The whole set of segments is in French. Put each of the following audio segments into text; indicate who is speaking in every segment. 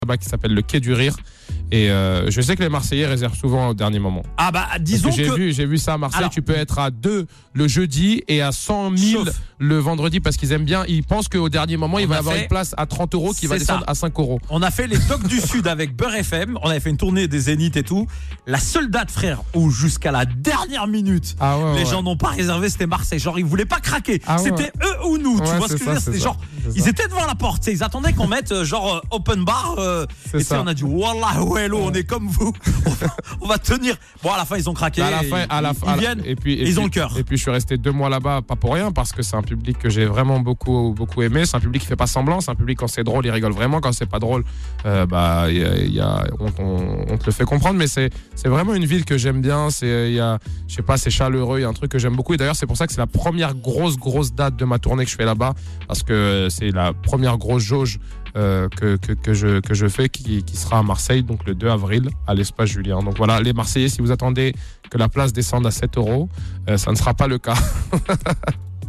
Speaker 1: tabac qui s'appelle le Quai du Rire. Et euh, je sais que les Marseillais réservent souvent au dernier moment.
Speaker 2: Ah bah
Speaker 1: Parce
Speaker 2: disons
Speaker 1: que j'ai
Speaker 2: que
Speaker 1: vu, j'ai vu ça à Marseille.
Speaker 2: Alors-
Speaker 1: tu peux être à 2 le jeudi et à 100 000
Speaker 2: Sauf.
Speaker 1: le vendredi parce qu'ils aiment bien. Ils pensent qu'au dernier moment, il
Speaker 2: On
Speaker 1: va
Speaker 2: a
Speaker 1: y avoir
Speaker 2: fait-
Speaker 1: une place à 30 euros qui va
Speaker 2: C'est ça.
Speaker 1: descendre à 5 euros.
Speaker 2: on a fait les docks du Sud avec Beurre FM, on avait fait une tournée des Zéniths et tout. La seule date frère où jusqu'à la dernière minute
Speaker 1: Ah ouais,
Speaker 2: les
Speaker 1: ouais.
Speaker 2: gens n'ont pas réservé, c'était Marseille. Genre, ils voulaient pas craquer.
Speaker 1: Ah ouais.
Speaker 2: c'était eux ou nous. tu
Speaker 1: Ouais,
Speaker 2: vois ce
Speaker 1: c'est
Speaker 2: que je veux
Speaker 1: ça,
Speaker 2: dire C'était
Speaker 1: c'est
Speaker 2: genre,
Speaker 1: ça, c'est
Speaker 2: ils
Speaker 1: ça.
Speaker 2: étaient devant la porte. tu sais, Ils attendaient qu'on mette euh, genre euh, open bar. euh,
Speaker 1: C'est
Speaker 2: et tu sais,
Speaker 1: ça.
Speaker 2: on a dit, Wallah, oh, hello, on est comme vous. On va, on va tenir. Bon, à la fin, ils ont craqué.
Speaker 1: Bah, à la fin, à la
Speaker 2: ils-
Speaker 1: fin, à la-
Speaker 2: ils viennent.
Speaker 1: et puis, et
Speaker 2: ils
Speaker 1: puis-
Speaker 2: ont le cœur.
Speaker 1: Et puis je suis resté deux mois là-bas, pas pour rien, parce que c'est un public que j'ai vraiment beaucoup, beaucoup aimé. C'est un public qui fait pas semblant. C'est un public quand c'est drôle, il rigole vraiment. Quand c'est pas drôle, euh, bah, il y a- il y a- on, on- on te le fait comprendre. Mais c'est, c'est vraiment une ville que j'aime bien. C'est, euh, il y a, je sais pas, c'est chaleureux. Il y a un truc que j'aime beaucoup. Et d'ailleurs, c'est pour ça que c'est la première grosse, grosse date de ma tournée que je fais là-bas, parce que euh, c'est la première grosse jauge. euh, que, que, que je, que je fais qui, qui sera à Marseille donc le 2 avril à l'espace Julien donc voilà les Marseillais si vous attendez que la place descende à 7 euros. Euh, ça ne sera pas le cas.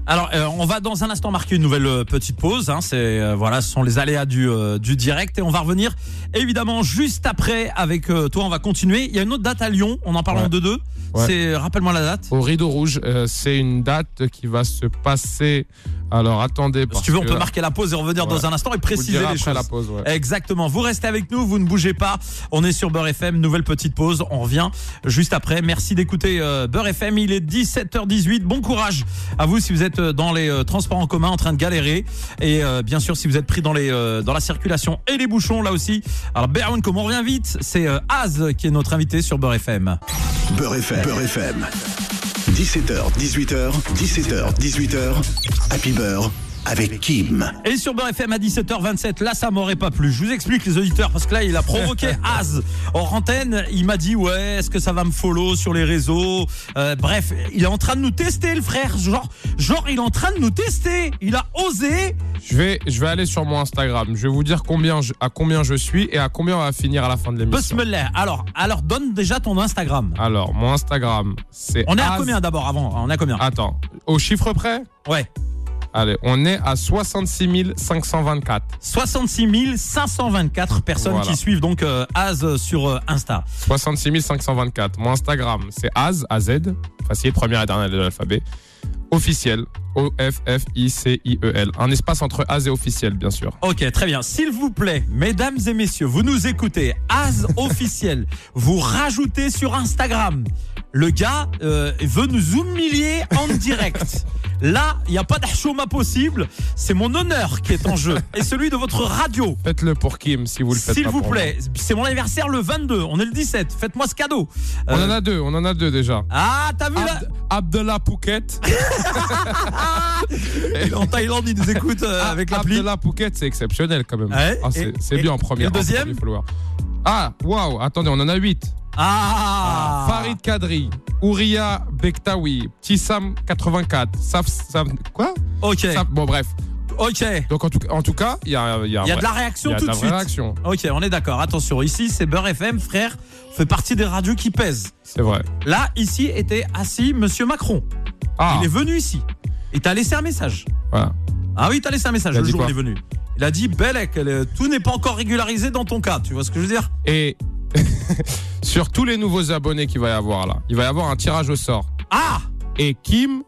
Speaker 2: Alors, euh, on va dans un instant marquer une nouvelle euh, petite pause. Hein, c'est euh, voilà, ce sont les aléas du, euh, du direct et on va revenir évidemment juste après avec euh, toi. On va continuer. Il y a une autre date à Lyon. On en parle
Speaker 1: Ouais.
Speaker 2: en deux deux.
Speaker 1: Ouais.
Speaker 2: C'est rappelle-moi la date.
Speaker 1: Au Rideau Rouge, euh, c'est une date qui va se passer. Alors attendez.
Speaker 2: Si
Speaker 1: parce
Speaker 2: tu veux, on
Speaker 1: que
Speaker 2: peut marquer la pause et revenir
Speaker 1: Ouais.
Speaker 2: dans un instant et
Speaker 1: vous le
Speaker 2: préciser
Speaker 1: direz
Speaker 2: les
Speaker 1: après
Speaker 2: choses.
Speaker 1: la pause. ouais.
Speaker 2: Exactement. Vous restez avec nous, vous ne bougez pas. On est sur Beurre FM, nouvelle petite pause. On revient juste après. Merci d'écouter euh, Beurre FM. Il est 17h18. Bon courage à vous si vous êtes euh, dans les euh, transports en commun en train de galérer. Et euh, bien sûr, si vous êtes pris dans, les, euh, dans la circulation et les bouchons, là aussi. Alors, Beroun, comme on revient vite, c'est euh, Az qui est notre invité sur Beurre FM.
Speaker 3: Beurre FM. Beurre FM. 17h, 18h, 17h, 18h. Happy Beurre avec Kim.
Speaker 2: Et sur Beurre FM à 17h27, là ça m'aurait pas plu. Je vous explique les auditeurs parce que là il a provoqué Az hors antenne. Il m'a dit ouais, est-ce que ça va me follow sur les réseaux Euh, Bref, il est en train de nous tester le frère. Genre, genre il est en train de nous tester. Il a osé.
Speaker 1: Je vais, je vais aller sur mon Instagram. Je vais vous dire combien je- à combien je suis et à combien on va finir à la fin de l'émission.
Speaker 2: Besmellah. Alors, alors donne déjà ton Instagram.
Speaker 1: Alors mon Instagram, c'est.
Speaker 2: On est à
Speaker 1: Az-
Speaker 2: combien d'abord avant On est à combien
Speaker 1: Attends, au chiffre près.
Speaker 2: Ouais,
Speaker 1: Allez, on est à 66 524.
Speaker 2: 66 524 personnes
Speaker 1: Voilà.
Speaker 2: qui suivent donc euh, Az sur euh, Insta.
Speaker 1: 66 524. Mon Instagram, c'est Az, AZ, facile, première et dernière de l'alphabet. Officiel, O-F-F-I-C-I-E-L. E Un espace entre Az et officiel, bien sûr.
Speaker 2: Ok, très bien. S'il vous plaît, mesdames et messieurs, vous nous écoutez, As officiel, vous rajoutez sur Instagram. Le gars euh, veut nous humilier en direct. Là, il n'y a pas d'achoma possible. C'est mon honneur qui est en jeu et celui de votre radio.
Speaker 1: Faites-le pour Kim si vous le faites.
Speaker 2: S'il
Speaker 1: pas
Speaker 2: vous
Speaker 1: pour
Speaker 2: plaît, c'est mon anniversaire le 22, on est le 17. Faites-moi ce cadeau.
Speaker 1: moi. On
Speaker 2: Euh,
Speaker 1: en a deux, on en a deux déjà.
Speaker 2: Ah, t'as vu là
Speaker 1: Abd- Abdallah Pouquette.
Speaker 2: Il est en Thaïlande, il nous écoute euh, avec l'appli.
Speaker 1: Abdallah Pouquette, c'est exceptionnel quand même.
Speaker 2: Ouais,
Speaker 1: Ah, c'est
Speaker 2: et-
Speaker 1: c'est
Speaker 2: et-
Speaker 1: bien en
Speaker 2: et
Speaker 1: première.
Speaker 2: le
Speaker 1: en premier
Speaker 2: deuxième
Speaker 1: follower. Ah, waouh, attendez, on en a huit.
Speaker 2: Ah,
Speaker 1: Farid Kadri, Ouria Bektawi, Tissam 84, Saf, Saf- quoi
Speaker 2: Ok,
Speaker 1: Saf- Bon, bref.
Speaker 2: ok.
Speaker 1: Donc, en tout, en tout cas, il y a, il y a un
Speaker 2: Il y a
Speaker 1: vrai-
Speaker 2: de la
Speaker 1: Ah Il y
Speaker 2: réaction
Speaker 1: a
Speaker 2: tout
Speaker 1: de
Speaker 2: de
Speaker 1: la
Speaker 2: suite.
Speaker 1: vraie action,
Speaker 2: Ok, on est d'accord. Attention, ici c'est Beurre FM, frère, fait partie des radios qui pèsent.
Speaker 1: c'est vrai.
Speaker 2: Là, ici était assis Monsieur Macron.
Speaker 1: Ah,
Speaker 2: Il est venu ici. Il t'a laissé un message.
Speaker 1: voilà.
Speaker 2: Ah oui, t'as laissé un message
Speaker 1: Il a
Speaker 2: le
Speaker 1: dit
Speaker 2: jour où
Speaker 1: quoi
Speaker 2: il est venu. Il a dit Belek, le- tout n'est pas encore régularisé dans ton cas. Tu vois ce que je veux dire
Speaker 1: Et sur tous les nouveaux abonnés qu'il va y avoir là, il va y avoir un tirage au sort.
Speaker 2: Ah
Speaker 1: Et Kim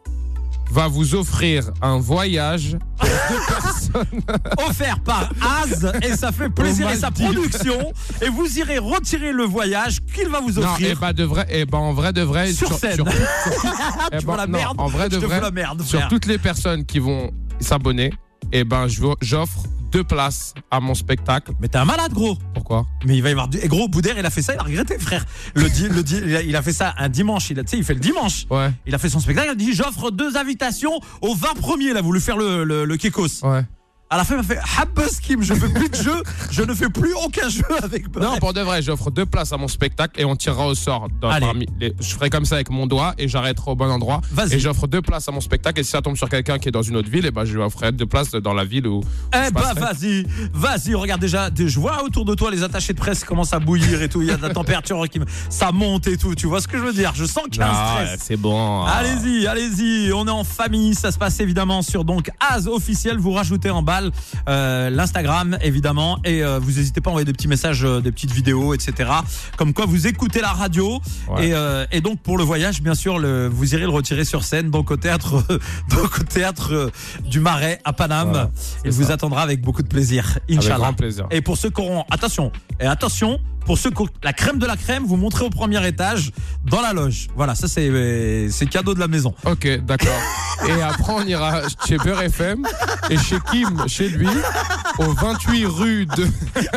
Speaker 1: va vous offrir un voyage pour deux personnes.
Speaker 2: Offert par Az et ça fait plaisir et sa
Speaker 1: Maldives.
Speaker 2: production. Et vous irez retirer le voyage qu'il va vous
Speaker 1: Non, et
Speaker 2: offrir.
Speaker 1: bah de vrai, eh ben en vrai de vrai
Speaker 2: Sur scène.
Speaker 1: eh
Speaker 2: tu
Speaker 1: ben,
Speaker 2: vois la
Speaker 1: non,
Speaker 2: merde
Speaker 1: en vrai de
Speaker 2: Je te
Speaker 1: vrai,
Speaker 2: fous la merde,
Speaker 1: sur
Speaker 2: frère.
Speaker 1: toutes les personnes qui vont s'abonner, eh ben je vous- j'offre deux places à mon spectacle.
Speaker 2: Mais t'es un malade, gros.
Speaker 1: Pourquoi
Speaker 2: Mais il va y avoir du. Et gros, Boudère, il a fait ça, il a regretté, frère. Le di- le di- il, a, il a fait ça un dimanche. Il a, tu sais, il fait le dimanche.
Speaker 1: Ouais,
Speaker 2: Il a fait son spectacle. Il a dit J'offre deux invitations aux 20 premiers. Il a voulu faire le, le, le Kekos.
Speaker 1: ouais.
Speaker 2: À la fin, il m'a fait Habba Skim, je fais plus de jeu. Je ne fais plus aucun jeu avec Beurre.
Speaker 1: Non, pour de vrai, j'offre deux places à mon spectacle et on tirera au sort. dans-
Speaker 2: Allez.
Speaker 1: parmi les- je ferai comme ça avec mon doigt et j'arrêterai au bon endroit.
Speaker 2: Vas-y.
Speaker 1: Et j'offre deux places à mon spectacle et si ça tombe sur quelqu'un qui est dans une autre ville, et ben je lui offrirai deux places dans la ville où.
Speaker 2: Eh
Speaker 1: je
Speaker 2: bah
Speaker 1: passerai.
Speaker 2: vas-y, vas-y, regarde déjà, des- je vois autour de toi les attachés de presse commencent à bouillir et tout, il y a de la température qui me- ça monte et tout, tu vois ce que je veux dire Je sens qu'il y a un
Speaker 1: Non,
Speaker 2: Ah, stress.
Speaker 1: Ah, c'est bon.
Speaker 2: Allez-y, allez-y, on est en famille, ça se passe évidemment sur donc Az officiel, vous rajoutez en bas sociales, euh, l'Instagram évidemment, et euh, vous n'hésitez pas à envoyer des petits messages, euh, des petites vidéos, etc. Comme quoi vous écoutez la radio.
Speaker 1: Ouais.
Speaker 2: Et, euh, et donc pour le voyage, bien sûr, le, vous irez le retirer sur scène, donc au théâtre, donc au théâtre euh, du Marais à Paname.
Speaker 1: Voilà,
Speaker 2: Il vous attendra avec beaucoup de plaisir,
Speaker 1: Avec
Speaker 2: Inch'Allah.
Speaker 1: grand plaisir.
Speaker 2: Et pour ceux qui auront, attention, et attention, pour ceux qui auront la crème de la crème, vous montrez au premier étage dans la loge. Voilà, ça c'est euh, c'est cadeau de la maison.
Speaker 1: Ok, d'accord. Et après, on ira chez Beurre FM et chez Kim, chez lui, au 28 rue de.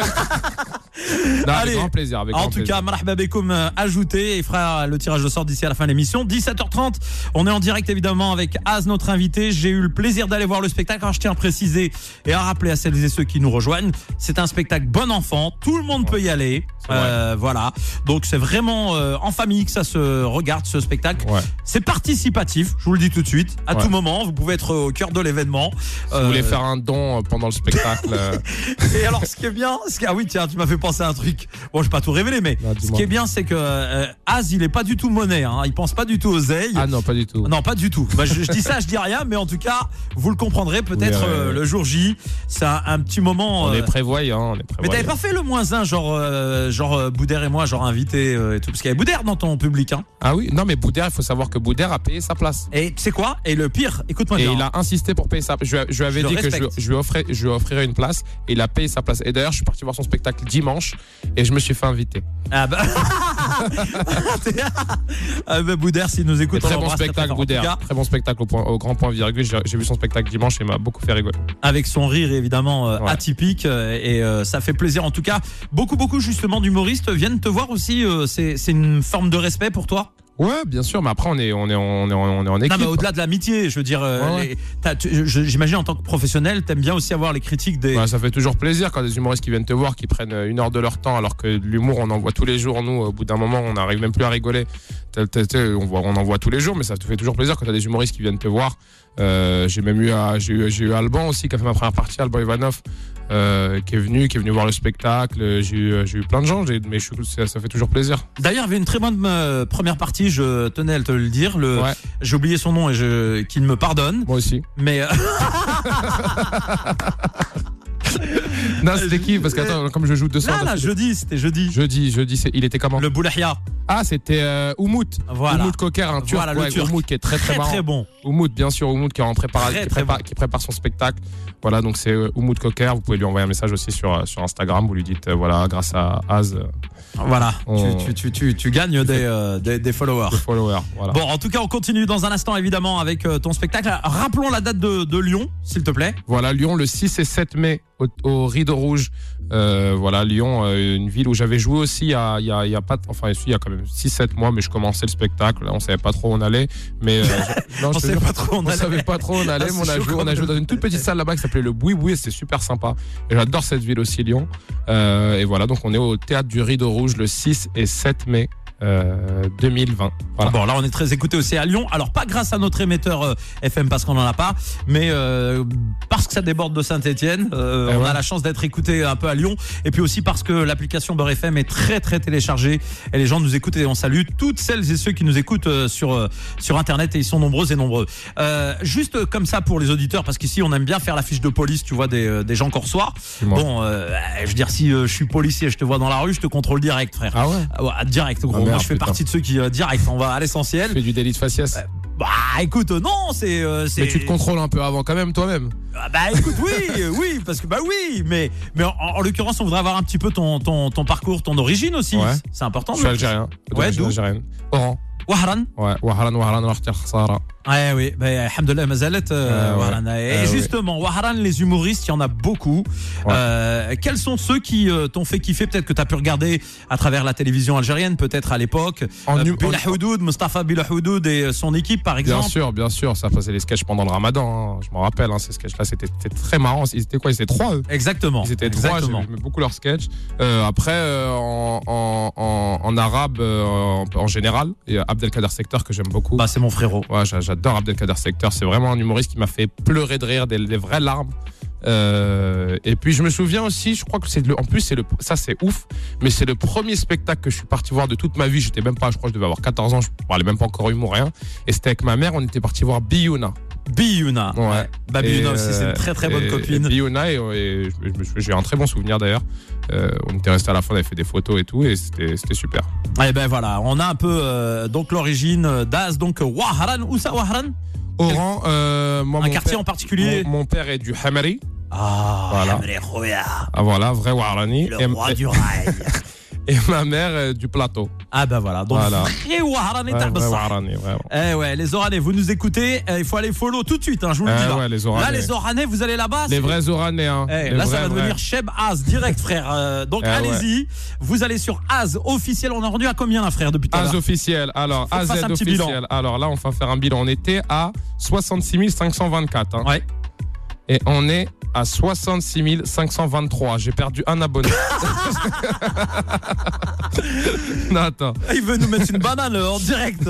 Speaker 1: non,
Speaker 2: Allez.
Speaker 1: avec grand plaisir. Avec
Speaker 2: en
Speaker 1: grand
Speaker 2: tout
Speaker 1: plaisir.
Speaker 2: cas, Marhaba Bekoum euh, ajouté et fera le tirage de sort d'ici à la fin de l'émission. 17h30, on est en direct évidemment avec Az, notre invité. J'ai eu le plaisir d'aller voir le spectacle. Alors, je tiens à préciser et à rappeler à celles et ceux qui nous rejoignent, c'est un spectacle bon enfant. Tout le monde peut y aller.
Speaker 1: C'est vrai.
Speaker 2: Euh, voilà. Donc c'est vraiment euh, en famille que ça se regarde ce spectacle.
Speaker 1: Ouais.
Speaker 2: C'est participatif, je vous le dis tout de suite. À
Speaker 1: Ouais.
Speaker 2: tout moment, vous pouvez être au cœur de l'événement.
Speaker 1: Si vous voulez
Speaker 2: Euh,
Speaker 1: faire un don euh, pendant le spectacle, euh,
Speaker 2: et alors, ce qui est bien, ce qui- ah oui, tiens, tu m'as fait penser à un truc. Bon, je vais pas tout révéler, mais
Speaker 1: Non,
Speaker 2: ce
Speaker 1: dis-moi.
Speaker 2: qui est bien, c'est que euh, Az, il est pas du tout monnaie. Hein, il pense pas du tout aux ailes.
Speaker 1: ah non, pas du tout.
Speaker 2: Non, pas du tout. Bah, je, je dis ça, je dis rien, mais en tout cas, vous le comprendrez peut-être
Speaker 1: Oui, ouais,
Speaker 2: euh,
Speaker 1: ouais.
Speaker 2: le jour J. C'est un, un petit moment.
Speaker 1: On
Speaker 2: euh,
Speaker 1: est prévoyant, on est
Speaker 2: mais t'avais
Speaker 1: prévoyant.
Speaker 2: pas fait le moins un, genre, euh, genre euh, Boudère et moi, genre invité euh, et tout, parce qu'il y avait Boudère dans ton public. Hein.
Speaker 1: Ah oui, non mais Boudère, il faut savoir que Boudère a payé sa place.
Speaker 2: Et tu sais quoi Et le pire, écoute-moi
Speaker 1: Et
Speaker 2: bien.
Speaker 1: il a insisté pour payer sa place. Je, lui- Oh je lui avais
Speaker 2: Je
Speaker 1: dit
Speaker 2: le
Speaker 1: que je,
Speaker 2: respecte.
Speaker 1: je lui offrais, je lui offrirais une place et il a payé sa place. Et d'ailleurs, je suis parti voir son spectacle dimanche et je me suis fait inviter.
Speaker 2: Ah bah. ah bah, Boudère, s'il nous
Speaker 1: Et
Speaker 2: écoute, on
Speaker 1: très bon
Speaker 2: l'embrasse
Speaker 1: spectacle,
Speaker 2: fort. En tout cas,
Speaker 1: Boudère. Très bon spectacle au, point- au grand point virgule. J'ai j'ai vu son spectacle dimanche et il m'a beaucoup fait rigoler.
Speaker 2: avec son rire évidemment euh,
Speaker 1: Ouais.
Speaker 2: atypique euh, et euh, ça fait plaisir en tout cas beaucoup beaucoup justement d'humoristes viennent te voir aussi euh, c'est c'est une forme de respect pour toi
Speaker 1: Ouais, bien sûr, mais après, on est, on est, on est, on est en
Speaker 2: non
Speaker 1: équipe.
Speaker 2: mais au-delà de l'amitié je veux dire euh,
Speaker 1: Ouais, ouais.
Speaker 2: les- t'as- tu- je- j'imagine en tant que professionnel t'aimes bien aussi avoir les critiques des
Speaker 1: Bah, ça fait toujours plaisir quand des humoristes qui viennent te voir, qui prennent euh, une heure de leur temps, alors que de l'humour, on en voit tous les jours. Nous, au bout d'un moment, on n'arrive même plus à rigoler. T'as- t'as- t'as- On, voit, on en voit tous les jours, mais ça te fait toujours plaisir quand tu as des humoristes qui viennent te voir. Euh, j'ai même eu, à- j'ai eu, j'ai eu Alban aussi, qui a fait ma première partie, Alban Ivanov, euh, qui est venu, qui est venu voir le spectacle. J'ai eu, j'ai eu plein de gens, j'ai- mais je suis- ça, ça fait toujours plaisir.
Speaker 2: d'ailleurs il y avait une très bonne euh, première partie je tenais à te le dire le
Speaker 1: Ouais.
Speaker 2: j'ai oublié son nom et je qu'il me pardonne
Speaker 1: Moi aussi.
Speaker 2: mais euh,
Speaker 1: Non,
Speaker 2: Euh,
Speaker 1: c'était qui Parce que attends, comme je joue 200.
Speaker 2: là là
Speaker 1: d'affilée.
Speaker 2: jeudi c'était jeudi
Speaker 1: Jeudi, jeudi, c'est- il était comment
Speaker 2: le Boulahia
Speaker 1: Ah, c'était euh, Umut.
Speaker 2: Voilà.
Speaker 1: Umut Cocker, un turc,
Speaker 2: Voilà, le
Speaker 1: ouais,
Speaker 2: Turc.
Speaker 1: Umut qui est très très,
Speaker 2: très
Speaker 1: marrant.
Speaker 2: très bon
Speaker 1: Oumoud, bien sûr, Oumoud qui, est en prépara-
Speaker 2: Très,
Speaker 1: qui,
Speaker 2: très
Speaker 1: prépare,
Speaker 2: bon.
Speaker 1: qui prépare son spectacle. Voilà, donc c'est euh, Oumoud Cocker. Vous pouvez lui envoyer un message aussi sur, euh, sur Instagram. Vous lui dites, euh, voilà, grâce à Az, euh,
Speaker 2: voilà
Speaker 1: On-
Speaker 2: tu, tu, tu, tu, tu gagnes des, euh, des, des followers
Speaker 1: le follower. Voilà.
Speaker 2: Bon, en tout cas, on continue dans un instant, évidemment, avec euh, ton spectacle. Rappelons la date de, de Lyon, s'il te plaît.
Speaker 1: Voilà, Lyon le 6 et 7 mai au, au Rideau Rouge. Euh, voilà, Lyon, euh, une ville où j'avais joué aussi il y a, il y a- il y a pas, enfin, si, il y a quand même 6-7 mois, mais je commençais le spectacle. On savait pas trop où on allait. Mais, euh, je- non, je te
Speaker 2: On sait
Speaker 1: jure.
Speaker 2: pas trop, on
Speaker 1: On
Speaker 2: a
Speaker 1: savait pas trop où on allait,
Speaker 2: Ah,
Speaker 1: mais
Speaker 2: c'est
Speaker 1: on a
Speaker 2: chaud
Speaker 1: joué,
Speaker 2: quand
Speaker 1: on a joué
Speaker 2: même.
Speaker 1: dans une toute petite salle là-bas qui s'appelait le Boui Boui, et c'était super sympa. Et j'adore cette ville aussi, Lyon. Euh, et voilà, donc on est au théâtre du Rideau Rouge le 6 et 7 mai euh, 2020. Voilà.
Speaker 2: Bon, là, on est très écouté aussi à Lyon. Alors, pas grâce à notre émetteur euh, FM, parce qu'on en a pas, mais euh, parce que ça déborde de Saint-Etienne,
Speaker 1: Eh
Speaker 2: on
Speaker 1: ouais.
Speaker 2: a la chance d'être écouté un peu à Lyon. Et puis aussi parce que l'application Beurre FM est très, très téléchargée. Et les gens nous écoutent et on salue toutes celles et ceux qui nous écoutent euh, sur, euh, sur Internet. Et ils sont nombreux et nombreux. Euh, juste comme ça pour les auditeurs, parce qu'ici, on aime bien faire la fiche de police, tu vois, des, euh, des gens qu'on reçoit.
Speaker 1: Dis-moi.
Speaker 2: Bon, euh, je veux dire, si euh, je suis policier et je te vois dans la rue, je te contrôle direct, frère.
Speaker 1: Ah ouais
Speaker 2: Ah ouais, direct, gros.
Speaker 1: Ah merde,
Speaker 2: Moi, je fais
Speaker 1: putain.
Speaker 2: partie de ceux qui euh, direct. On va à
Speaker 1: Tu
Speaker 2: l'essentiel.
Speaker 1: fais du délit de faciès.
Speaker 2: Bah, écoute, euh, non, c'est. euh, c'est-
Speaker 1: mais tu te contrôles un peu avant quand même toi-même.
Speaker 2: Ah, Bah, écoute, oui, euh, oui, parce que bah oui, mais mais en, en l'occurrence, on voudrait avoir un petit peu ton ton, ton parcours, ton origine aussi.
Speaker 1: Ouais.
Speaker 2: C'est important.
Speaker 1: Je suis
Speaker 2: non
Speaker 1: algérien.
Speaker 2: Ouais,
Speaker 1: d'origine
Speaker 2: d'où
Speaker 1: algérienne. Oran.
Speaker 2: Wahran.
Speaker 1: Ouais. Wahran, Wahran, Wahran, Sahara.
Speaker 2: Ouais, oui. Bah, alhamdoulilah, mazalet, euh,
Speaker 1: Ah ouais.
Speaker 2: Wahran. Et
Speaker 1: Ah ouais.
Speaker 2: justement, Wahran, les humoristes, il y en a beaucoup.
Speaker 1: Ouais.
Speaker 2: Euh, quels sont ceux qui euh, t'ont fait kiffer Peut-être que t'as pu regarder à travers la télévision algérienne, peut-être à l'époque.
Speaker 1: En
Speaker 2: Euh,
Speaker 1: hum-
Speaker 2: Bilal Houdoud, Mustapha Bilal Houdoud et son équipe, par
Speaker 1: Bien
Speaker 2: exemple.
Speaker 1: sûr, bien sûr. Ça faisait les sketchs pendant le ramadan. hein. Je m'en rappelle, hein, ces sketchs-là, c'était c'était très marrant. Ils étaient quoi Ils étaient trois, eux
Speaker 2: Exactement.
Speaker 1: Ils étaient trois,
Speaker 2: Exactement.
Speaker 1: j'aimais beaucoup leurs sketchs. Euh, après, euh, en, en, en, en arabe, euh, en, en général, et Abdelkader Sector que j'aime beaucoup.
Speaker 2: Bah, c'est mon frérot.
Speaker 1: Ouais, j'a- J'adore Abdelkader Sector, c'est vraiment un humoriste qui m'a fait pleurer de rire, des, des vraies larmes. Euh, et puis je me souviens aussi, je crois que c'est le, en plus c'est le, ça c'est ouf, mais c'est le premier spectacle que je suis parti voir de toute ma vie. J'étais même pas, je crois que je devais avoir 14 ans, je parlais même pas encore humour rien. Et c'était avec ma mère, on était parti voir Biyuna.
Speaker 2: Biyuna.
Speaker 1: Ouais.
Speaker 2: Bah,
Speaker 1: Et,
Speaker 2: Biyuna aussi, c'est
Speaker 1: euh,
Speaker 2: une très très bonne
Speaker 1: et-
Speaker 2: copine.
Speaker 1: Et Biyuna, et, et je- je me suis- j'ai un très bon souvenir d'ailleurs. Euh, on était resté à la fin, on avait fait des photos et tout, et c'était c'était super.
Speaker 2: Et ben voilà, on a un peu euh, donc l'origine d'Az, donc euh, Wahran, où ça Wahran
Speaker 1: Oran, euh, moi,
Speaker 2: Un
Speaker 1: mon
Speaker 2: quartier
Speaker 1: père-
Speaker 2: en particulier
Speaker 1: Mon, mon père est du Hamari.
Speaker 2: Ah,
Speaker 1: Voilà.
Speaker 2: Hamre Khoya,
Speaker 1: Ah voilà, vrai Warani.
Speaker 2: le
Speaker 1: Et,
Speaker 2: roi du rail.
Speaker 1: et ma mère euh, du plateau.
Speaker 2: Ah ben voilà, donc
Speaker 1: Voilà.
Speaker 2: vrai Wahran et
Speaker 1: Ouais, vrai
Speaker 2: Tarbassa.
Speaker 1: Warani, vraiment.
Speaker 2: Eh ouais, les Oranais, vous nous écoutez, euh, il faut aller follow tout de suite, hein, je vous le
Speaker 1: Eh
Speaker 2: dis. là.
Speaker 1: ouais, les
Speaker 2: Là,
Speaker 1: Oranais.
Speaker 2: les Oranais, vous allez là-bas.
Speaker 1: Les
Speaker 2: c'est-
Speaker 1: vrais Oranais. Hein.
Speaker 2: Eh,
Speaker 1: Les
Speaker 2: là, ça
Speaker 1: vrais,
Speaker 2: va
Speaker 1: vrais.
Speaker 2: devenir Cheb Az direct, frère. Euh, donc,
Speaker 1: Eh ouais.
Speaker 2: allez-y. Vous allez sur Az officiel. On est rendu à combien, là, frère, depuis tout à
Speaker 1: Az
Speaker 2: l'heure
Speaker 1: officiel. Alors,
Speaker 2: Faut qu'on
Speaker 1: AZ
Speaker 2: fasse un petit bilan.
Speaker 1: officiel. Alors là, on va faire un bilan. On était à 66 524. hein.
Speaker 2: Ouais.
Speaker 1: Et on est à 66 523. J'ai perdu un abonné. non, attends.
Speaker 2: Il veut nous mettre une banane euh, en direct.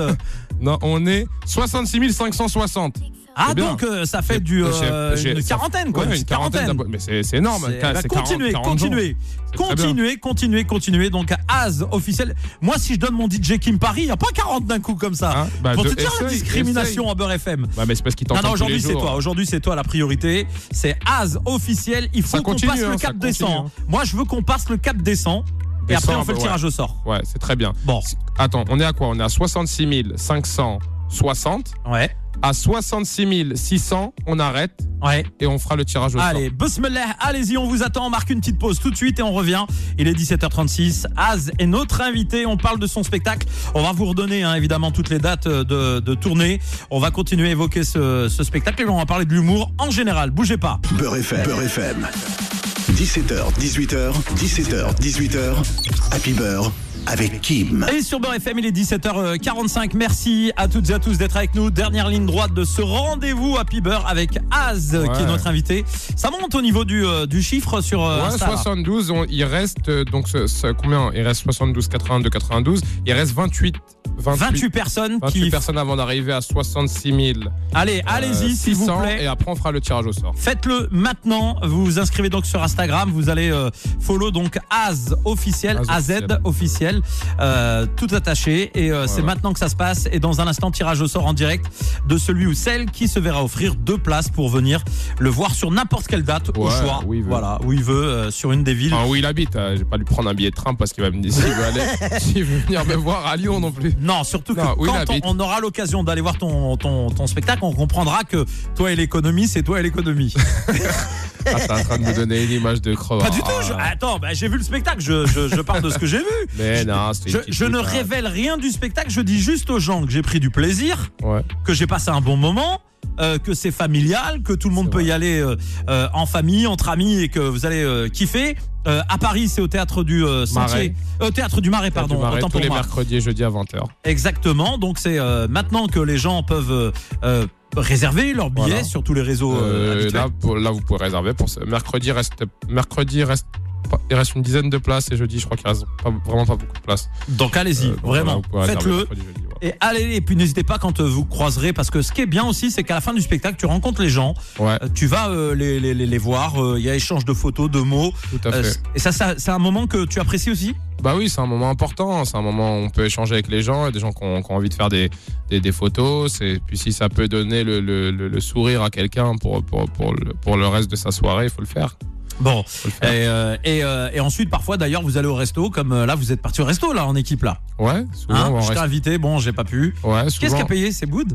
Speaker 1: Non, on est 66 560.
Speaker 2: Ah,
Speaker 1: C'est bien.
Speaker 2: donc, euh, ça fait
Speaker 1: J'ai-
Speaker 2: du, euh,
Speaker 1: j'ai-
Speaker 2: une
Speaker 1: ça-
Speaker 2: quarantaine, quoi.
Speaker 1: Ouais, une quarantaine d'abonnés. Mais c'est c'est énorme.
Speaker 2: C'est-
Speaker 1: Car-
Speaker 2: bah,
Speaker 1: c'est quarante-
Speaker 2: continuez,
Speaker 1: 40 jours.
Speaker 2: continuez,
Speaker 1: C'est très bien.
Speaker 2: continuez, continuez, continuez. Donc, Az officiel. Moi, si je donne mon DJ Kim Paris, il n'y a pas 40 d'un coup comme ça.
Speaker 1: Hein Bah,
Speaker 2: Pour
Speaker 1: de-
Speaker 2: te dire la
Speaker 1: essaye,
Speaker 2: discrimination à Beurre FM.
Speaker 1: Bah, mais c'est parce qu'ils
Speaker 2: Non,
Speaker 1: t'entendent
Speaker 2: non,
Speaker 1: tous les
Speaker 2: aujourd'hui c'est
Speaker 1: jours.
Speaker 2: toi. Aujourd'hui c'est toi la priorité. C'est Az officiel. Il faut
Speaker 1: Ça
Speaker 2: qu'on passe
Speaker 1: continue, hein,
Speaker 2: le
Speaker 1: ça
Speaker 2: cap
Speaker 1: continue,
Speaker 2: décent.
Speaker 1: hein.
Speaker 2: Moi je veux qu'on passe le cap décent. Et
Speaker 1: Décent,
Speaker 2: après on fait
Speaker 1: bah
Speaker 2: le
Speaker 1: ouais.
Speaker 2: tirage au sort.
Speaker 1: Ouais, c'est très bien.
Speaker 2: Bon,
Speaker 1: Attends, on est à quoi On est à 66 560.
Speaker 2: ouais,
Speaker 1: À 66 600, on arrête
Speaker 2: ouais.
Speaker 1: et on fera le tirage au sort.
Speaker 2: Allez, Bismillah, allez-y, on vous attend. On marque une petite pause tout de suite et on revient. Il est 17h36. Az est notre invité. On parle de son spectacle. On va vous redonner hein, évidemment toutes les dates euh, de, de tournée. On va continuer à évoquer ce, ce spectacle et on va parler de l'humour en général. Bougez pas.
Speaker 3: Beurre FM. Beurre FM. 17h, 18h, 17h, 18h. Happy Beurre avec Kim.
Speaker 2: Et sur Beurre FM, il est 17h45. Merci à toutes et à tous d'être avec nous. Dernière ligne droite de ce rendez-vous Happy Beurre avec Az, qui est notre invité. Ça monte au niveau du, euh, du chiffre sur euh,
Speaker 1: Ouais,
Speaker 2: Insta, là.
Speaker 1: 72, on- il reste euh, donc ce- ce- combien Il reste 72, 82, 92. Il reste 28, 28,
Speaker 2: 28 personnes
Speaker 1: 28
Speaker 2: qui.
Speaker 1: personnes avant d'arriver à 66 000. euh,
Speaker 2: Allez, allez-y, s'il vous
Speaker 1: 600,
Speaker 2: plaît.
Speaker 1: Et après, on fera le tirage au sort.
Speaker 2: Faites-le maintenant. Vous vous inscrivez donc sur Instagram. Vous allez euh, follow donc Az officiel,
Speaker 1: Az
Speaker 2: AZ
Speaker 1: officiel.
Speaker 2: officiel, euh, tout attaché. Et euh, c'est
Speaker 1: Voilà.
Speaker 2: maintenant que ça se passe. Et dans un instant, tirage au sort en direct de celui ou celle qui se verra offrir deux places pour venir le voir sur n'importe quelle date au
Speaker 1: Ouais,
Speaker 2: choix.
Speaker 1: où il veut.
Speaker 2: Voilà, où il veut, euh, sur une des villes.
Speaker 1: Enfin, où il habite, euh, je vais pas lui prendre un billet de train parce qu'il va me dire s'il veut, aller- s'il veut venir me voir à Lyon non plus.
Speaker 2: Non, surtout que
Speaker 1: Non, où il
Speaker 2: quand
Speaker 1: habite.
Speaker 2: on, on aura l'occasion d'aller voir ton, ton, ton spectacle, on comprendra que toi et l'économie, c'est toi et l'économie.
Speaker 1: Bah, Ah, t'es en train de me donner une image de crevard.
Speaker 2: Pas du tout. je- Attends, bah, j'ai vu le spectacle. Je, je, je parle de ce que j'ai vu.
Speaker 1: Ah, Mais
Speaker 2: Je-
Speaker 1: non, c'était une
Speaker 2: Je,
Speaker 1: petite hein.
Speaker 2: je ne
Speaker 1: boutade.
Speaker 2: révèle rien du spectacle, je dis juste aux gens que j'ai pris du plaisir,
Speaker 1: Ouais.
Speaker 2: que j'ai passé un bon moment, euh, que c'est familial, que tout le monde peut y aller euh, euh, en famille, entre amis et que vous allez euh, kiffer. Euh, à Paris, c'est au théâtre du euh, Sentier,
Speaker 1: Marais.
Speaker 2: euh, théâtre du Marais,
Speaker 1: Pardon,
Speaker 2: pardon, autant
Speaker 1: tous
Speaker 2: pour
Speaker 1: les
Speaker 2: moi.
Speaker 1: mercredis et jeudis à 20h.
Speaker 2: Exactement. Donc c'est euh, maintenant que les gens peuvent euh, euh, réserver leurs billets
Speaker 1: Voilà.
Speaker 2: sur tous les réseaux euh, habituels.
Speaker 1: là, pour- là, vous pouvez réserver pour ce mercredi. Reste, mercredi reste, pas- il reste une dizaine de places et jeudi, je crois qu'il reste pas- vraiment pas beaucoup de places.
Speaker 2: Donc allez-y,
Speaker 1: Euh, donc voilà,
Speaker 2: vraiment,
Speaker 1: vous pouvez réserver
Speaker 2: faites-le.
Speaker 1: mercredi, jeudi, voilà.
Speaker 2: Et allez, et puis n'hésitez pas quand euh, vous croiserez, parce que ce qui est bien aussi, c'est qu'à la fin du spectacle, tu rencontres les gens,
Speaker 1: Ouais,
Speaker 2: Euh, tu vas euh, les, les, les, les voir, euh, il y a échange de photos, de mots.
Speaker 1: tout à
Speaker 2: Euh,
Speaker 1: fait.
Speaker 2: c- et ça, ça c'est un moment que tu apprécies aussi
Speaker 1: Bah oui, c'est un moment important. C'est un moment où on peut échanger avec les gens, et des gens qui ont, qui ont envie de faire des, des, des photos. C'est- Puis si ça peut donner le, le- le- le sourire à quelqu'un pour, pour, pour, le, pour le reste de sa soirée, il faut le faire.
Speaker 2: Bon.
Speaker 1: Faut le faire.
Speaker 2: Et, euh, et, euh, et ensuite, parfois, d'ailleurs, vous allez au resto, comme euh, là, vous êtes parti au resto, là, en équipe, là.
Speaker 1: Ouais, souvent,
Speaker 2: Hein
Speaker 1: on
Speaker 2: Je t'ai
Speaker 1: reste-
Speaker 2: invité, bon, j'ai pas pu.
Speaker 1: ouais,
Speaker 2: Qu'est-ce
Speaker 1: souvent.
Speaker 2: qui a payé C'est Boud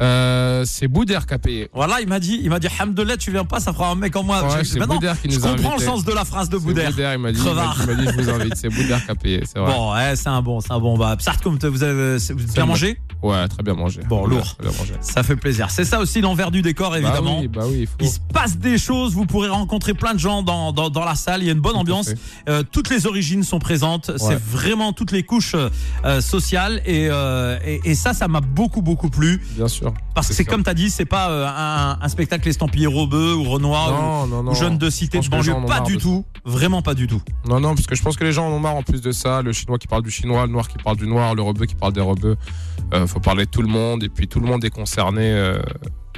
Speaker 1: Euh, c'est Boudère qui a payé.
Speaker 2: Voilà, il m'a dit, il m'a dit, Hamdelah, tu viens pas, ça fera un mec en moi.
Speaker 1: Ouais,
Speaker 2: Ah, Je-
Speaker 1: c'est
Speaker 2: maintenant,
Speaker 1: Boudère qui
Speaker 2: je
Speaker 1: nous a
Speaker 2: comprends
Speaker 1: invités.
Speaker 2: le sens de la phrase de
Speaker 1: C'est
Speaker 2: Boudère.
Speaker 1: Boudère, il m'a dit, il m'a dit, il m'a dit, je vous invite. C'est Boudère qui a payé, c'est vrai.
Speaker 2: Bon, ouais, c'est un bon, c'est un bon. Bah, Psart, comme t'as- vous avez c'est- vous avez bien
Speaker 1: bon.
Speaker 2: mangé,
Speaker 1: Ouais, très bien mangé.
Speaker 2: Bon,
Speaker 1: Boudère,
Speaker 2: lourd.
Speaker 1: Très bien mangé.
Speaker 2: ça fait plaisir. C'est ça aussi l'envers du décor, évidemment.
Speaker 1: Bah oui, bah oui, il faut.
Speaker 2: Il se passe des choses, vous pourrez rencontrer plein de gens dans, dans, dans la salle, il y a une bonne
Speaker 1: Tout à
Speaker 2: ambiance.
Speaker 1: fait.
Speaker 2: Euh, toutes les origines sont présentes, c'est vraiment toutes les couches euh, euh, sociales et, euh, et, et ça, ça m'a beaucoup beaucoup plu
Speaker 1: Bien sûr.
Speaker 2: parce que
Speaker 1: C'est
Speaker 2: c'est
Speaker 1: sûr.
Speaker 2: comme t'as dit, c'est pas euh, un, un spectacle estampillé Robeux ou Renoir
Speaker 1: non, non,
Speaker 2: ou,
Speaker 1: non.
Speaker 2: Ah ou jeune de cité
Speaker 1: pense
Speaker 2: de
Speaker 1: que les
Speaker 2: banlieue,
Speaker 1: gens en ont
Speaker 2: pas
Speaker 1: marre
Speaker 2: du
Speaker 1: de ça.
Speaker 2: tout, vraiment pas du tout.
Speaker 1: Non, non, parce que je pense que les gens en ont marre en plus de ça. Le chinois qui parle du chinois, le noir qui parle du noir, le rebeu qui parle des rebeux. Euh, faut parler de tout le
Speaker 2: Bah,
Speaker 1: monde et puis tout le monde est concerné euh,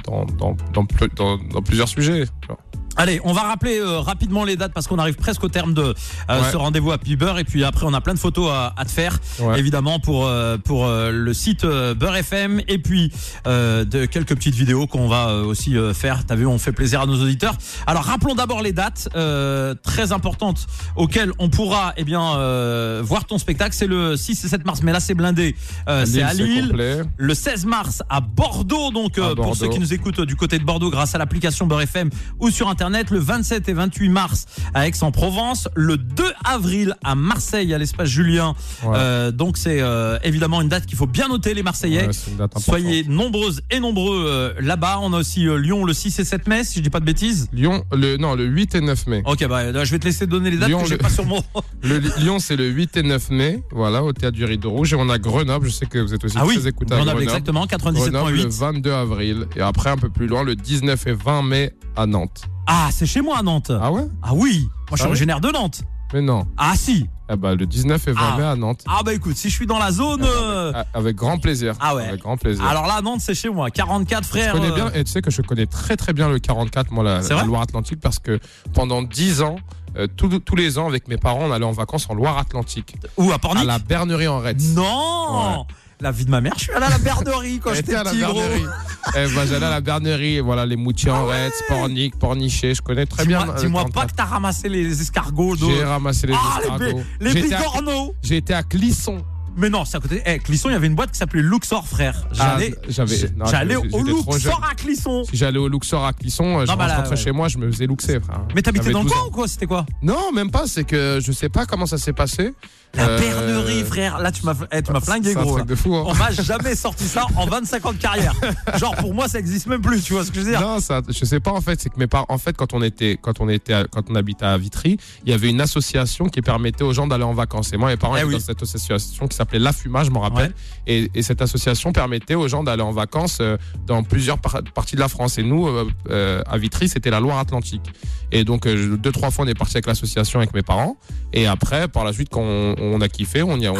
Speaker 1: dans, dans, dans, ple- dans- dans plusieurs sujets. tu vois.
Speaker 2: Allez, on va rappeler euh, rapidement les dates parce qu'on arrive presque au terme de euh,
Speaker 1: Ouais.
Speaker 2: ce rendez-vous à Beurre et puis après on a plein de photos à, à te faire
Speaker 1: Ouais.
Speaker 2: évidemment pour euh, pour euh, le site euh, Beurre FM et puis euh, de quelques petites vidéos qu'on va euh, aussi euh, faire. T'as vu, on fait plaisir à nos auditeurs. Alors rappelons d'abord les dates euh, très importantes auxquelles on pourra eh bien euh, voir ton spectacle. C'est le 6 et 7 mars, mais là c'est blindé. Euh, c'est à Lille
Speaker 1: complet.
Speaker 2: le 16 mars à Bordeaux. Donc, euh, pour
Speaker 1: Bordeaux.
Speaker 2: ceux qui nous écoutent euh, du côté de Bordeaux grâce à l'application Beurre FM ou sur Internet, le 27 et 28 mars à Aix-en-Provence, le 2 avril à Marseille, à l'espace Julien.
Speaker 1: Ouais.
Speaker 2: Euh, donc, c'est euh, évidemment une date qu'il faut bien noter, les Marseillais.
Speaker 1: Ouais, c'est une date importante.
Speaker 2: Soyez nombreuses et nombreux euh, là-bas. On a aussi euh, Lyon le 6 et 7 mai, si je dis pas de bêtises.
Speaker 1: Lyon, le, non, le 8 et 9 mai.
Speaker 2: Ok, bah là, je vais te laisser donner les dates
Speaker 1: Lyon,
Speaker 2: que j'ai
Speaker 1: le-
Speaker 2: pas sur mon.
Speaker 1: Le Lyon, c'est le 8 et 9 mai, voilà, au théâtre du Rideau Rouge. Et on a Grenoble, je sais que vous êtes aussi
Speaker 2: ah oui,
Speaker 1: très écoutés à
Speaker 2: Grenoble
Speaker 1: Grenoble.
Speaker 2: exactement,
Speaker 1: Grenoble, le
Speaker 2: 97.8.
Speaker 1: 22 avril. Et après, un peu plus loin, le 19 et 20 mai à Nantes.
Speaker 2: Ah, c'est chez moi à Nantes. Ah,
Speaker 1: Ah ouais
Speaker 2: oui, moi je suis
Speaker 1: Ah oui.
Speaker 2: originaire de Nantes.
Speaker 1: Mais non.
Speaker 2: Ah si,
Speaker 1: Eh ben, le 19 et 20
Speaker 2: Ah.
Speaker 1: mai à Nantes.
Speaker 2: Ah bah écoute, si je suis dans la zone, euh,
Speaker 1: Ah, Avec grand plaisir.
Speaker 2: Ah ouais.
Speaker 1: Avec grand plaisir.
Speaker 2: alors là Nantes c'est chez moi, 44
Speaker 1: je
Speaker 2: frères.
Speaker 1: connais
Speaker 2: euh,
Speaker 1: bien, et tu sais que je connais très très bien le 44, moi, la,
Speaker 2: C'est
Speaker 1: la
Speaker 2: vrai
Speaker 1: Loire-Atlantique, parce que pendant 10 ans, euh, tous- tous les ans, avec mes parents, on allait en vacances en Loire-Atlantique,
Speaker 2: Ou à
Speaker 1: à
Speaker 2: Pornic.
Speaker 1: la Bernerie en Retz.
Speaker 2: Non, la vie de ma mère, je suis allé à la bernerie quand
Speaker 1: J'étais
Speaker 2: j'étais
Speaker 1: à la
Speaker 2: petit gros.
Speaker 1: bernerie. Eh ben, j'allais à la bernerie, et voilà, les moutiers en Retz, Pornic, Pornichet, je connais très bien.
Speaker 2: Dis-moi
Speaker 1: euh,
Speaker 2: dis-moi
Speaker 1: quand-
Speaker 2: pas que t'as ramassé les escargots. d'eau.
Speaker 1: J'ai ramassé les
Speaker 2: Ah les,
Speaker 1: escargots.
Speaker 2: bi- les
Speaker 1: J'étais à-
Speaker 2: bigorneaux.
Speaker 1: J'ai été à Clisson.
Speaker 2: Mais non, c'est à côté. Eh, Clisson, il y avait une boîte qui s'appelait Luxor frère.
Speaker 1: Ah,
Speaker 2: J'allais,
Speaker 1: j'avais-
Speaker 2: j'-
Speaker 1: non,
Speaker 2: j'allais
Speaker 1: j'étais-
Speaker 2: au
Speaker 1: j'étais trop
Speaker 2: Luxor
Speaker 1: jeune.
Speaker 2: à Clisson.
Speaker 1: Si j'allais au Luxor à Clisson, euh, je
Speaker 2: Non, bah là,
Speaker 1: rentrais
Speaker 2: ouais.
Speaker 1: chez moi, je me faisais luxer, frère.
Speaker 2: Mais t'habitais
Speaker 1: J'avais
Speaker 2: dans le
Speaker 1: 12
Speaker 2: coin
Speaker 1: ans.
Speaker 2: ou quoi C'était quoi
Speaker 1: Non, même pas, c'est que je sais pas comment ça s'est passé.
Speaker 2: La
Speaker 1: Euh,
Speaker 2: bernerie, frère. Là, tu m'as, eh, tu m'as flingué,
Speaker 1: C'est un
Speaker 2: gros. Oh,
Speaker 1: truc
Speaker 2: là.
Speaker 1: de fou, hein.
Speaker 2: On m'a jamais sorti ça en 25 ans de carrière. Genre pour moi ça existe même plus, tu vois ce que je veux dire
Speaker 1: Non, ça, je sais pas en fait, c'est que mes parents, en fait, quand on était, quand on était, à- quand on habitait à Vitry, il y avait une association qui permettait aux gens d'aller en vacances. Et moi, mes parents
Speaker 2: Eh
Speaker 1: étaient
Speaker 2: oui.
Speaker 1: dans cette association qui s'appelait La Fuma, je m'en rappelle. Et, et cette association permettait aux gens d'aller en vacances euh, dans plusieurs par- parties de la France. Et nous, euh, euh, à Vitry, c'était la Loire-Atlantique. Et donc, euh, deux, trois fois, on est parti avec l'association avec mes parents. Et après, par la suite, quand on, on a kiffé, on y, on, on-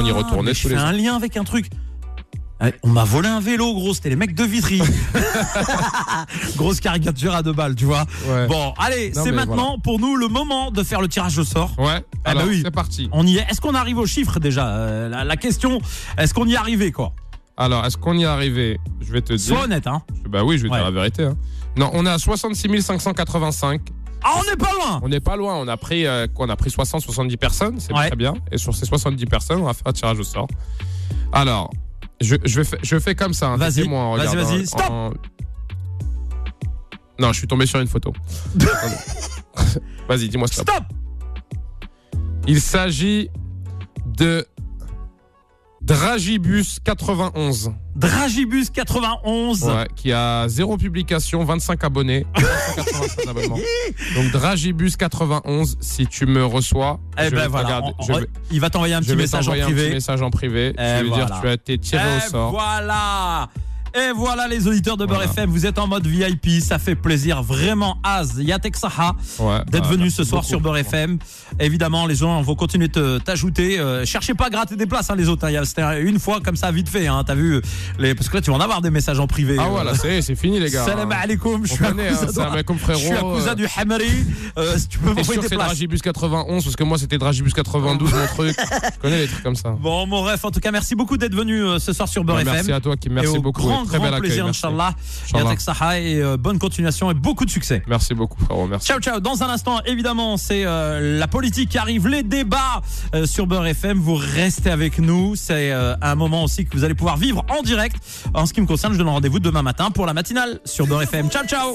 Speaker 1: on y
Speaker 2: Ah,
Speaker 1: retournait
Speaker 2: mais Je
Speaker 1: tous
Speaker 2: fais
Speaker 1: les ans.
Speaker 2: un lien avec un truc. Ouais, On m'a volé un vélo, gros. C'était les mecs de Vitry. Grosse caricature à deux balles, tu vois.
Speaker 1: Ouais.
Speaker 2: Bon, allez,
Speaker 1: Non,
Speaker 2: c'est
Speaker 1: mais
Speaker 2: maintenant pour nous le moment de faire le tirage au sort.
Speaker 1: Ouais.
Speaker 2: Ah
Speaker 1: Alors,
Speaker 2: bah oui.
Speaker 1: c'est parti.
Speaker 2: On y est. Est-ce qu'on arrive aux chiffres déjà Euh, la, la question, est-ce qu'on y est arrivé quoi
Speaker 1: Alors, est-ce qu'on y est arrivé Je vais te dire.
Speaker 2: Sois honnête, hein.
Speaker 1: Bah oui, je vais
Speaker 2: Ouais.
Speaker 1: dire la vérité. hein. Non, on est à 66 585.
Speaker 2: Ah, on n'est pas loin.
Speaker 1: On n'est pas loin. On a pris, euh, quoi, on a pris 60, 70 personnes. C'est
Speaker 2: Ouais.
Speaker 1: très bien. Et sur ces 70 personnes, on va faire un tirage au sort. Alors, je, je, vais fa- je fais comme ça. hein.
Speaker 2: Vas-y,
Speaker 1: T'étais moi, en
Speaker 2: vas-y,
Speaker 1: regardant-
Speaker 2: vas-y. Stop
Speaker 1: en- Non, je suis tombé sur une photo. Attendez. Vas-y, dis-moi stop.
Speaker 2: Stop.
Speaker 1: Il s'agit de Dragibus 91,
Speaker 2: Dragibus 91.
Speaker 1: ouais, qui a zéro publication, 25 abonnés, 485 abonnements. Donc Dragibus 91, si tu me reçois,
Speaker 2: Eh
Speaker 1: je
Speaker 2: ben
Speaker 1: vais
Speaker 2: voilà,
Speaker 1: regarder-
Speaker 2: on- on-
Speaker 1: je vais-
Speaker 2: il va t'envoyer un
Speaker 1: je
Speaker 2: petit
Speaker 1: vais
Speaker 2: message en
Speaker 1: t'envoyer un
Speaker 2: privé.
Speaker 1: petit message en privé.
Speaker 2: Eh
Speaker 1: je vais
Speaker 2: voilà. Eh,
Speaker 1: dire tu as été tiré
Speaker 2: Et
Speaker 1: au sort.
Speaker 2: voilà et voilà les auditeurs de Beurre
Speaker 1: Voilà.
Speaker 2: FM, vous êtes en mode VIP, ça fait plaisir vraiment Az Yatek Saha
Speaker 1: Ouais,
Speaker 2: d'être
Speaker 1: bah,
Speaker 2: venu
Speaker 1: merci
Speaker 2: ce soir
Speaker 1: beaucoup.
Speaker 2: sur Beurre FM. Évidemment, les gens vont continuer de t'ajouter. Euh, cherchez pas à gratter des places, hein, les autres. hein. Il y a- C'était une fois comme ça, vite fait. Hein, T'as vu les... Parce que là, tu vas en avoir des messages en privé.
Speaker 1: Ah
Speaker 2: Euh,
Speaker 1: voilà, c'est c'est fini les gars. hein.
Speaker 2: Salam alaikum, je
Speaker 1: On
Speaker 2: suis un
Speaker 1: connaît, hein,
Speaker 2: cousin
Speaker 1: salam
Speaker 2: de-
Speaker 1: alaikum,
Speaker 2: je
Speaker 1: frérot. euh.
Speaker 2: suis un cousin du Hamari. Euh, si tu peux
Speaker 1: T'es
Speaker 2: m'envoyer
Speaker 1: sûr que
Speaker 2: des
Speaker 1: c'est
Speaker 2: places.
Speaker 1: Dragibus 91 parce que moi c'était Dragibus 92 mon truc. Je connais les trucs comme ça.
Speaker 2: Bon, mon ref, en tout cas, merci beaucoup d'être venu euh, ce soir sur Beurre
Speaker 1: Bah,
Speaker 2: FM.
Speaker 1: merci à toi qui merci
Speaker 2: et au
Speaker 1: beaucoup.
Speaker 2: Grand,
Speaker 1: et très
Speaker 2: grand
Speaker 1: bel accueil.
Speaker 2: plaisir,
Speaker 1: merci.
Speaker 2: Inch'Allah.
Speaker 1: Inch'Allah.
Speaker 2: Yatek Saha et euh, bonne continuation et beaucoup de succès.
Speaker 1: Merci beaucoup frérot, merci.
Speaker 2: Ciao, ciao. Dans un instant, évidemment, c'est euh, la politique qui arrive, les débats euh, sur Beurre FM. Vous restez avec nous. C'est euh, un moment aussi que vous allez pouvoir vivre en direct. En ce qui me concerne, je donne rendez-vous demain matin pour la matinale sur Beurre FM. Ciao, ciao.